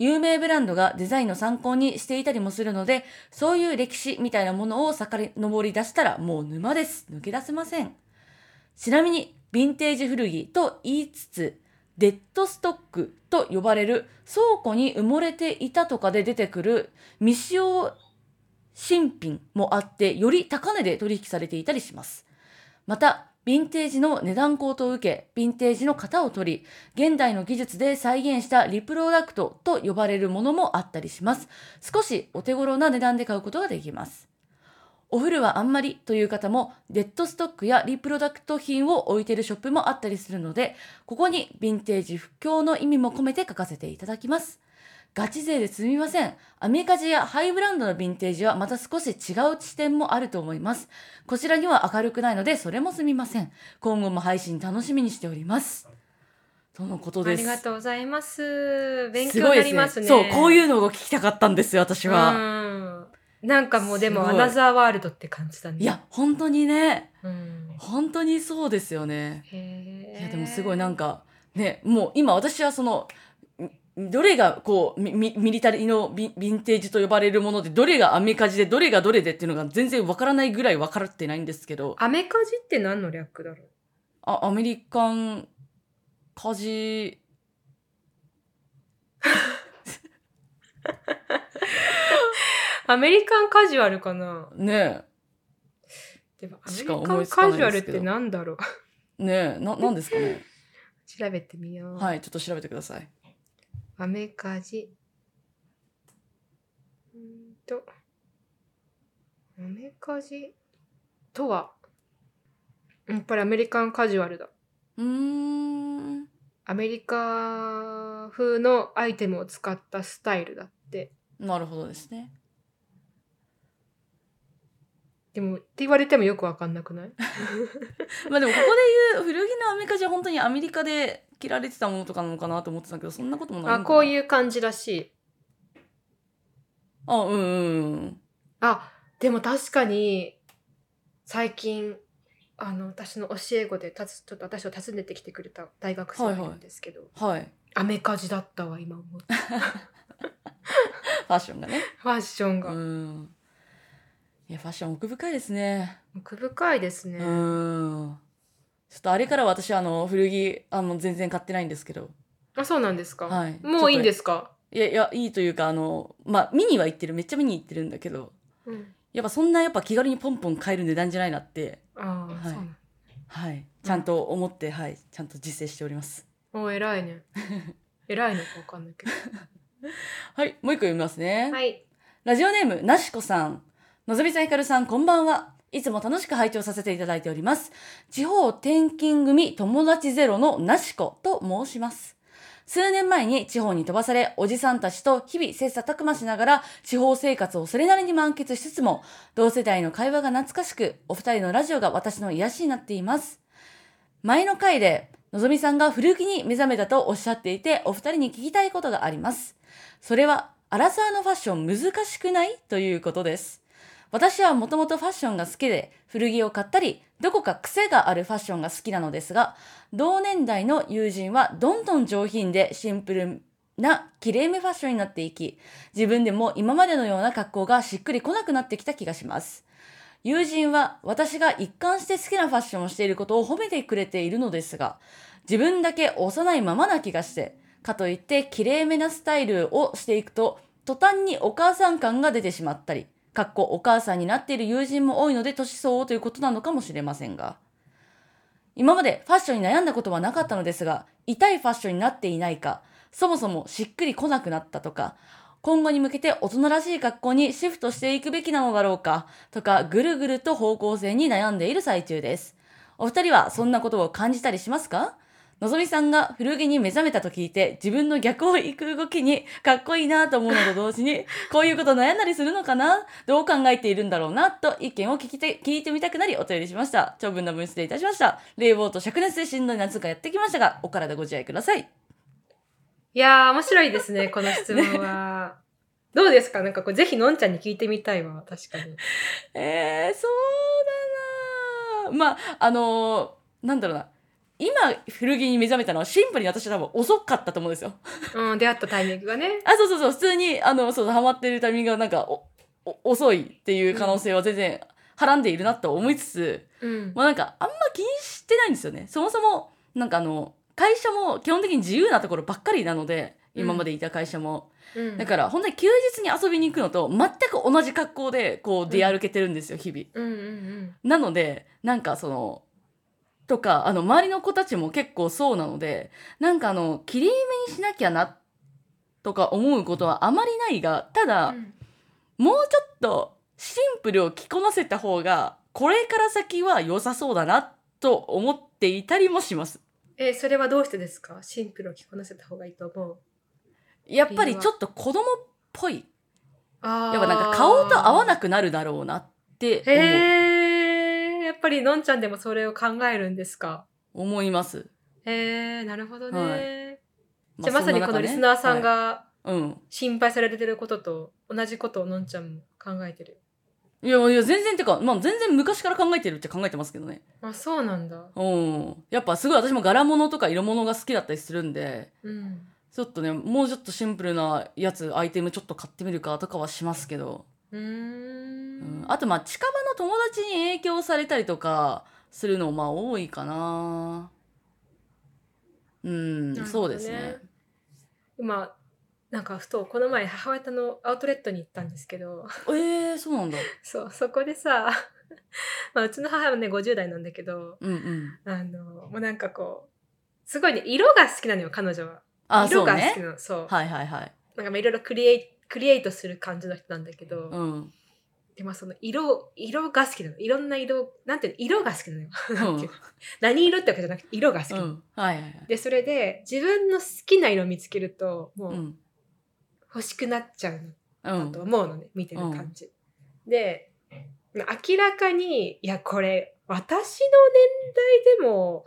Speaker 1: 有名ブランドがデザインの参考にしていたりもするので、そういう歴史みたいなものを遡り出したらもう沼です。抜け出せません。ちなみに、ヴィンテージ古着と言いつつ、デッドストックと呼ばれる倉庫に埋もれていたとかで出てくる未使用新品もあって、より高値で取引されていたりします。また、ヴィンテージの値段高騰を受け、ヴィンテージの型を取り、現代の技術で再現したリプロダクトと呼ばれるものもあったりします。少しお手頃な値段で買うことができます。お古はあんまりという方もデッドストックやリプロダクト品を置いているショップもあったりするのでここにヴィンテージ不況の意味も込めて書かせていただきますガチ勢ですみませんアメカジやハイブランドのヴィンテージはまた少し違う視点もあると思いますこちらには明るくないのでそれもすみません今後も配信楽しみにしておりますとのこと
Speaker 2: あ
Speaker 1: です
Speaker 2: りがとうございます。勉
Speaker 1: す
Speaker 2: 強
Speaker 1: ご
Speaker 2: に
Speaker 1: い
Speaker 2: な
Speaker 1: で
Speaker 2: り
Speaker 1: す
Speaker 2: ます
Speaker 1: ね
Speaker 2: ね。
Speaker 1: そうこう
Speaker 2: う
Speaker 1: いうのが聞きたかったんですよ私は、
Speaker 2: んなんかもうでも
Speaker 1: す
Speaker 2: ア
Speaker 1: ごい
Speaker 2: ナザーワールドって感じだね。
Speaker 1: いや本当にね
Speaker 2: うん。
Speaker 1: 本当にそうですよね
Speaker 2: へ
Speaker 1: い
Speaker 2: ー
Speaker 1: やでもすごいなんかねもう今私はそのんどれがこうみみミリタリーのヴィヴィンテージと呼ばれるものでどれがアメカジでどれがどれでっていうのが全然わからないぐらいわかってないんですけど
Speaker 2: アメカジって何の略だろう
Speaker 1: あアメリカンカジ
Speaker 2: アメリカンカジュアルかな
Speaker 1: ね
Speaker 2: でもアメ
Speaker 1: し
Speaker 2: リ
Speaker 1: か
Speaker 2: カ
Speaker 1: 思い
Speaker 2: ン
Speaker 1: つか
Speaker 2: カ
Speaker 1: ない
Speaker 2: ジュ
Speaker 1: で
Speaker 2: アル
Speaker 1: す
Speaker 2: っ
Speaker 1: けど
Speaker 2: て何だろう
Speaker 1: えねえななんですかね
Speaker 2: 調べてみよう。
Speaker 1: はいちょっと調べてください
Speaker 2: アメカジ。うーんと。アメカジとは、やっぱりアメリカンカジュアルだ。
Speaker 1: うーん
Speaker 2: アメリカ風のアイテムを使ったスタイルだって。
Speaker 1: なるほどですね
Speaker 2: でも、って言われてもよくわかんなくない
Speaker 1: まあでもここで言う古着のアメカジは本当にアメリカで着られてたものとかなのかなと思ってたけどそんなこともない
Speaker 2: あ、こう
Speaker 1: う
Speaker 2: いう感じらしい。
Speaker 1: あうんうんうん
Speaker 2: あ、でも確かに、最近、あの、私の教え子でたつ、ちょっと私を訪ねてきてくれた大学生がいるんですけど、
Speaker 1: はい
Speaker 2: アメカジだったわ、今思った。
Speaker 1: ファッションがね
Speaker 2: ファッショ
Speaker 1: う
Speaker 2: ンが。
Speaker 1: んいやファッション奥深いですね
Speaker 2: 奥深いですね。
Speaker 1: うんちょっとあれから私あの古着あの全然買ってないんですけど
Speaker 2: あ、そうなんですか。
Speaker 1: はい
Speaker 2: もういいんですすか。
Speaker 1: いやいやいいというかあのまあ見には行ってるめっちゃ見に行ってるんだけど
Speaker 2: うん。
Speaker 1: やっぱそんなやっぱ気軽にポンポン買える値段じゃないなって
Speaker 2: ああ、
Speaker 1: はい
Speaker 2: そうなん。
Speaker 1: はいちゃんと思って、はいちゃんと実践しております
Speaker 2: もう偉い ね。偉いのかわかんないけど。
Speaker 1: はいもう一個読みますね
Speaker 2: はい。
Speaker 1: ラジオネーム、なしこさん。のぞみさん、ひかるさん、こんばんは。いつも楽しく拝聴させていただいております。地方転勤組友達ゼロのなしこと申します。数年前に地方に飛ばされ、おじさんたちと日々切磋琢磨しながら地方生活をそれなりに満喫しつつも、同世代の会話が懐かしく、お二人のラジオが私の癒しになっています。前の回で、のぞみさんが古着に目覚めたとおっしゃっていて、お二人に聞きたいことがあります。それは、アラサーのファッション難しくないということです。私はもともとファッションが好きで、古着を買ったり、どこか癖があるファッションが好きなのですが、同年代の友人はどんどん上品でシンプルなきれいめファッションになっていき、自分でも今までのような格好がしっくりこなくなってきた気がします。友人は私が一貫して好きなファッションをしていることを褒めてくれているのですが、自分だけ幼いままな気がして、かといってきれいめなスタイルをしていくと途端にお母さん感が出てしまったりかっこお母さんになっている友人も多いので年相応ということなのかもしれませんが今までファッションに悩んだことはなかったのですが痛いファッションになっていないかそもそもしっくりこなくなったとか今後に向けて大人らしい格好にシフトしていくべきなのだろうかとかぐるぐると方向性に悩んでいる最中ですお二人はそんなことを感じたりしますかのぞみさんが古着に目覚めたと聞いて自分の逆を行く動きにかっこいいなと思うのと同時にこういうこと悩んだりするのかなどう考えているんだろうなと意見を聞きて聞いてみたくなりお便りしました長文な文失礼いたしました冷房と灼熱でしんどい夏がやってきましたがお体ご自愛ください
Speaker 2: いやー、面白いで すね、この質問は。どうですかなんかこれぜひのんちゃんに聞いてみたいわ、確かに。
Speaker 1: えー、そうだなまああのーなんだろうな今古着に目覚めたのはシンプルに私多分遅かったと思うんですよ
Speaker 2: うん、出会ったタイミングがね。
Speaker 1: あ、そうそうそう、普通に、あの、そう、ハマってるタイミングがなんか、お、お遅いっていう可能性は全然、はらんでいるなと思いつつ、
Speaker 2: うん。
Speaker 1: まあなんか、あんま気にしてないんですよね。そもそも、なんかあの、会社も基本的に自由なところばっかりなので、
Speaker 2: うん
Speaker 1: 今までいた会社も。
Speaker 2: うん
Speaker 1: だから、本当に休日に遊びに行くのと、全く同じ格好で、こう、出歩けてるんですよ、日々。
Speaker 2: うんうんうん。
Speaker 1: なので、なんかその、とか、あの、周りの子たちも結構そうなので、なんかあの、きれいめにしなきゃな、とか思うことはあまりないが、ただ、
Speaker 2: うん
Speaker 1: もうちょっと、シンプルを着こなせた方がこれから先は良さそうだなと思っていたりもします
Speaker 2: えそれはどうしてですかシンプルを着こなせた方がいいと思う
Speaker 1: やっぱりちょっと子供っぽい
Speaker 2: あー
Speaker 1: やっぱなんか顔と合わなくなるだろうなって思う
Speaker 2: へえやっぱりのんちゃんでもそれを考えるんですか
Speaker 1: 思います、
Speaker 2: へえなるほどね、
Speaker 1: は
Speaker 2: じゃあまさにこのリスナーさん、
Speaker 1: そ中ね
Speaker 2: が
Speaker 1: はいうん
Speaker 2: 心配されてることと同じことをのんちゃんも考えてる
Speaker 1: いやいや全然てか、まあ、全然昔から考えてるって考えてますけどね
Speaker 2: あそうなんだ
Speaker 1: うんやっぱすごい私も柄物とか色物が好きだったりするんで
Speaker 2: うん
Speaker 1: ちょっとねもうちょっとシンプルなやつアイテムちょっと買ってみるかとかはしますけど、
Speaker 2: うーん
Speaker 1: うん、あとまあ近場の友達に影響されたりとかするのまあ多いかなうん
Speaker 2: なる
Speaker 1: そ
Speaker 2: ほどね
Speaker 1: うです ね
Speaker 2: 今なんかふとこの前母親とのアウトレットに行ったんですけど
Speaker 1: えー、そうなんだ
Speaker 2: そうそこでさ まあうちの母はね50代なんだけど
Speaker 1: うんうん
Speaker 2: あのもうなんかこうすごいね色が好きなのよ彼女は
Speaker 1: あそ
Speaker 2: 色
Speaker 1: う
Speaker 2: が好き
Speaker 1: ね
Speaker 2: なのそう,、
Speaker 1: はいはいはい
Speaker 2: なんかまあいろいろクリエイクリエイトする感じの人なんだけど、
Speaker 1: うん
Speaker 2: でまあその色色が好きなのいろんな色なんていうの色が好きなのよ、
Speaker 1: うん
Speaker 2: なんていうの何色ってわけじゃなくて色が好き
Speaker 1: う
Speaker 2: なの、
Speaker 1: んはいはいはい
Speaker 2: でそれで自分の好きな色を見つけるとも
Speaker 1: う
Speaker 2: うん欲しくなっちゃうの
Speaker 1: う
Speaker 2: だ
Speaker 1: ん
Speaker 2: と思うのね、見てる感じ。で明らかにいやこれ私の年代でも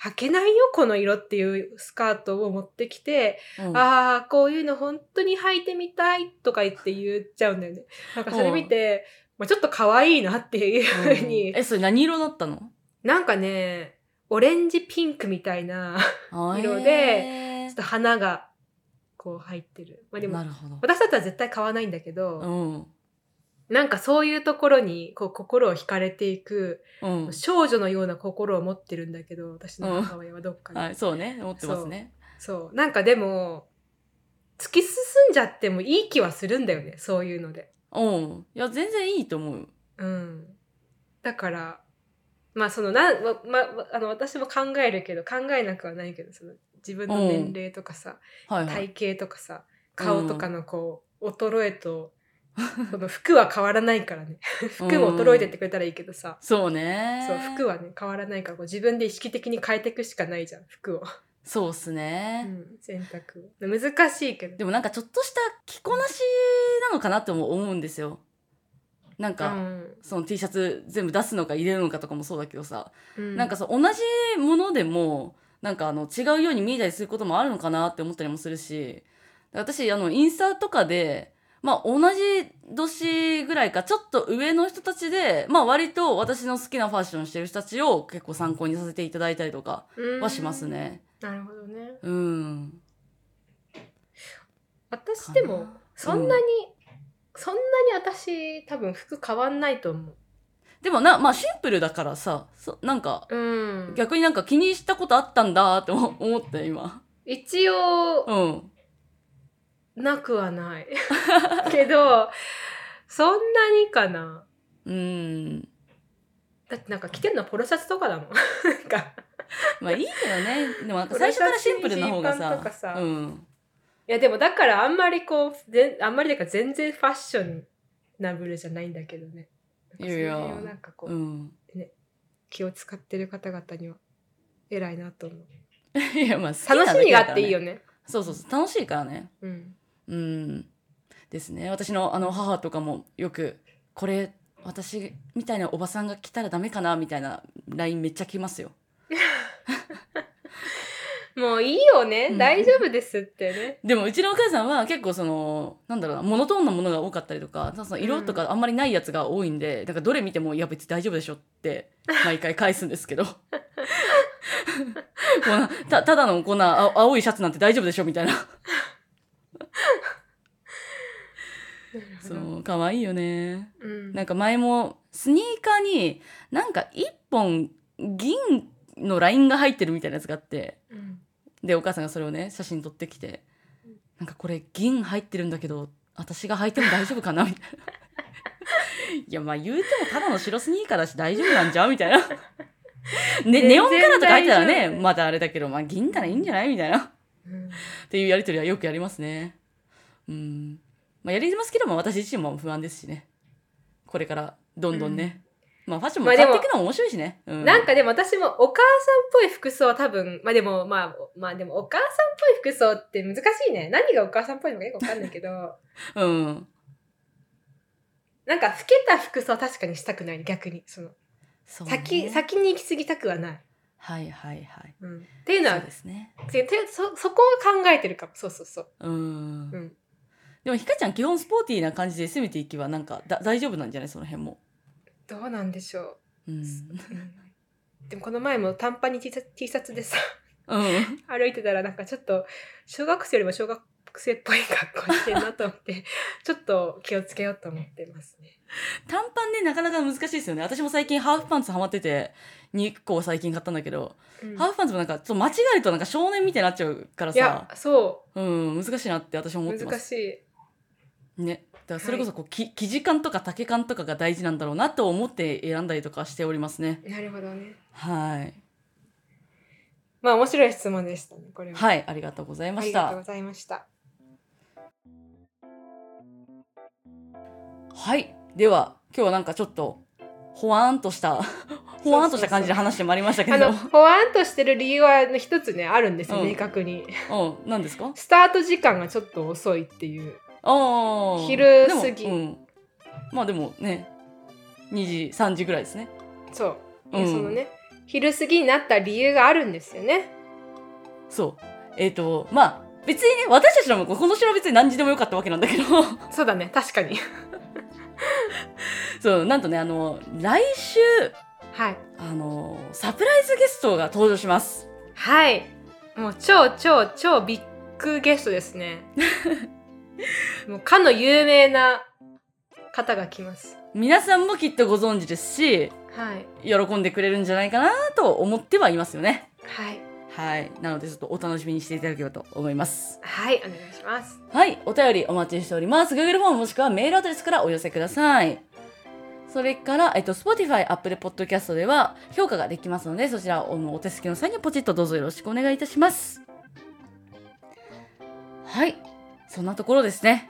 Speaker 2: 履けないよこの色っていうスカートを持ってきて、
Speaker 1: うん
Speaker 2: ああこういうの本当に履いてみたいとか言って言っちゃうんだよね。なんかそれ見て、まあ、ちょっと可愛いなっていうふう に、
Speaker 1: えそれ何色だったの
Speaker 2: なんかねオレンジピンクみたい な色で
Speaker 1: え
Speaker 2: ちょっと花がこう入ってる。まあ、で
Speaker 1: ー、な
Speaker 2: も
Speaker 1: るほど
Speaker 2: 私だったら絶対買わないんだけど、
Speaker 1: うん
Speaker 2: なんかそういうところにこう心を惹かれていく、
Speaker 1: うん
Speaker 2: 少女のような心を持ってるんだけど私の母親はどっかで、
Speaker 1: はいそうね持ってますね
Speaker 2: そうなんかでも突き進んじゃってもいい気はするんだよねそういうので
Speaker 1: うんいや全然いいと思う
Speaker 2: うんだからまあそのなん、まま、あの私も考えるけど考えなくはないけどその自分の年齢とかさ、
Speaker 1: はいはい
Speaker 2: 体型とかさ顔とかのこう、衰えとその服は変わらないからね 服も衰えてってくれたらいいけどさ、
Speaker 1: そうね
Speaker 2: そう服はね変わらないからこう自分で意識的に変えていくしかないじゃん服を、
Speaker 1: そうっす
Speaker 2: う
Speaker 1: ね、
Speaker 2: ん、選択難しいけど
Speaker 1: でもなんかちょっとした着こなしなのかなっても思うんですよなんか、
Speaker 2: うん
Speaker 1: その T シャツ全部出すのか入れるのかとかもそうだけどさ、
Speaker 2: うん
Speaker 1: なんかそう同じものでもなんかあの違うように見えたりすることもあるのかなって思ったりもするし私あのインスタとかで、まあ、同じ年ぐらいかちょっと上の人たちで、まあ、割と私の好きなファッションしてる人たちを結構参考にさせていただいたりとかはしますね。
Speaker 2: うんなるほどね
Speaker 1: うん、
Speaker 2: 私でもそんなに、そんなに私多分服変わんないと思
Speaker 1: でもな、まあ、シンプルだからさそなんか
Speaker 2: ううん
Speaker 1: 逆になんか気にしたことあったんだって思思って今。
Speaker 2: 一応
Speaker 1: うん。
Speaker 2: なくはない けどそんなにかな
Speaker 1: うん。
Speaker 2: だってなんか着てるのはポロシャツとかだもん なんか
Speaker 1: まあいいけどね。でもなんか最初からシンプルな方が
Speaker 2: ポロシャツにジーパ
Speaker 1: さ
Speaker 2: ンと。かさ
Speaker 1: うん。
Speaker 2: いやでもだからあんまりこうぜんあんまりだから全然ファッションナブルじゃないんだけどね。
Speaker 1: いやいや
Speaker 2: その辺をなんかこう、
Speaker 1: うん。
Speaker 2: 気を使ってる方々には偉いなと思う。
Speaker 1: いやまあ好きな
Speaker 2: 楽
Speaker 1: だ
Speaker 2: し
Speaker 1: け
Speaker 2: みが
Speaker 1: だ
Speaker 2: あ
Speaker 1: からね
Speaker 2: っていいよ。ね。
Speaker 1: そうそうそう。楽しいからね。
Speaker 2: うん。
Speaker 1: うん。ですね。私のあの母とかもよくこれ私みたいなおばさんが来たらダメかなみたいなラインめっちゃ来ますよ。
Speaker 2: もういいよね、
Speaker 1: うん
Speaker 2: 大丈夫ですってね。
Speaker 1: でもうちのお母さんは結構そのなんだろうなモノトーンなものが多かったりとかその色とかあんまりないやつが多いんで、だからどれ見ても「いや別に大丈夫でしょ」って毎回返すんですけどもうなたただのこんなあ青いシャツなんて大丈夫でしょみたいな そう可愛いよね
Speaker 2: うん。
Speaker 1: なんか前もスニーカーになんか1本銀のラインが入ってるみたいなやつがあって
Speaker 2: うん
Speaker 1: でお母さんがそれをね写真撮ってきて「なんかこれ銀入ってるんだけど私が履いても大丈夫かな?」みたいな「いやまあ言うてもただの白スニーカーだし大丈夫なんじゃ?」みたいな、ね、ネオンカラーとか入ってたらね
Speaker 2: 全然大丈夫
Speaker 1: まだあれだけどまあ銀ならいいんじゃないみたいな
Speaker 2: うん
Speaker 1: っていうやり取りはよくやりますねうんまあやりますけども私自身も不安ですしねこれからどんどんね、まあファッションも
Speaker 2: まあ
Speaker 1: 変わ
Speaker 2: でも
Speaker 1: っていくのも面白いしね、う
Speaker 2: なんかでも私もお母さんっぽい服装は多分、まあでもまあ、まあでもお母さんっぽい服装って難しいね。何がお母さんっぽいのかよくわかんな いけど、
Speaker 1: うん
Speaker 2: なんか老けた服装は確かにしたくない、逆に。その、
Speaker 1: そうね
Speaker 2: 先、先に行き過ぎたくはない。
Speaker 1: はいはいはい
Speaker 2: うん、っていうの
Speaker 1: そう
Speaker 2: は
Speaker 1: ですね
Speaker 2: ててそ、そこを考えてるかも。そうそうそう。
Speaker 1: うん、
Speaker 2: うん
Speaker 1: でもひかちゃん基本スポーティーな感じで攻めていけばなんかだ大丈夫なんじゃないその辺も、
Speaker 2: どうなんでしょ
Speaker 1: うん、
Speaker 2: う。うんでもこの前も短パンに T シャツ T シャツでさ、
Speaker 1: うん
Speaker 2: 歩いてたらなんかちょっと、小学生よりも小学生っぽい格好してるなと思って、 ちょっと気をつけようと思ってますね。
Speaker 1: 短パンねなかなか難しいですよね私も最近ハーフパンツハマってて2個最近買ったんだけど、
Speaker 2: うん
Speaker 1: ハーフパンツもなんかちょっと間違えるとなんか少年みたいになっちゃうから
Speaker 2: いや
Speaker 1: さ、
Speaker 2: そ
Speaker 1: うん、難しいなって私も
Speaker 2: う、
Speaker 1: 思ってま
Speaker 2: 難
Speaker 1: す
Speaker 2: しい。
Speaker 1: ねだからそれこそこう、き生地感とか丈感とかが大事なんだろうなと思って選んだりとかしておりますね
Speaker 2: なるほどね。
Speaker 1: はい
Speaker 2: まあ面白い質問でしたね、これは。
Speaker 1: はいありがとうございま
Speaker 2: あ
Speaker 1: し
Speaker 2: りがとう
Speaker 1: た
Speaker 2: ございました。
Speaker 1: はいでは今日はなんかちょっとほわーんとした ほわーんとした感じで話してまいりましたけ
Speaker 2: あ
Speaker 1: ど
Speaker 2: の、ほわんとしてる理由はあの一つね、あるんですよ、
Speaker 1: うん
Speaker 2: 明確に。
Speaker 1: うん何ですか
Speaker 2: スタート時間がちょっと遅いっていう。
Speaker 1: ああ
Speaker 2: 昼過ぎ
Speaker 1: でもうん、まあでもね2時3時ぐらいですね
Speaker 2: そう。
Speaker 1: うん
Speaker 2: そのね、昼過ぎになった理由があるんですよね。
Speaker 1: そうえっ、とまあ別にね私たちのこの城は別に何時でもよかったわけなんだけど
Speaker 2: そうだね、確かに。
Speaker 1: そうなんとねあの来週
Speaker 2: はい。
Speaker 1: あのサプライズゲストが登場します
Speaker 2: はい。もう超超超ビッグゲストで すね。もうかの有名な方が来ます。
Speaker 1: 皆さんもきっとご存知ですし
Speaker 2: はい。
Speaker 1: 喜んでくれるんじゃないかなと思ってはいますよね
Speaker 2: はい。
Speaker 1: はいなのでちょっとお楽しみにしていただければと思います
Speaker 2: はい、お願いします。
Speaker 1: はい、お便りお待ちしております。Google フォームもしくはメールアドレスからお寄せください。それから、えっと、Spotify、Apple Podcast では評価ができますので、そちらをお手すきの際にポチッとどうぞよろしくお願いいたします。はい、そんなところですね。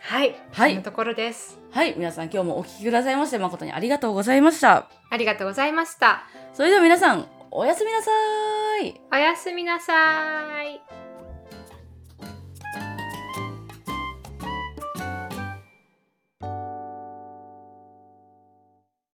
Speaker 2: はい。
Speaker 1: はい
Speaker 2: そんなところです。
Speaker 1: はい、皆さん今日もお聞きくださいまして誠にありがとうございました。
Speaker 2: ありがとうございました。
Speaker 1: それでは皆さん、おやすみなさーい。
Speaker 2: おやすみなさーい。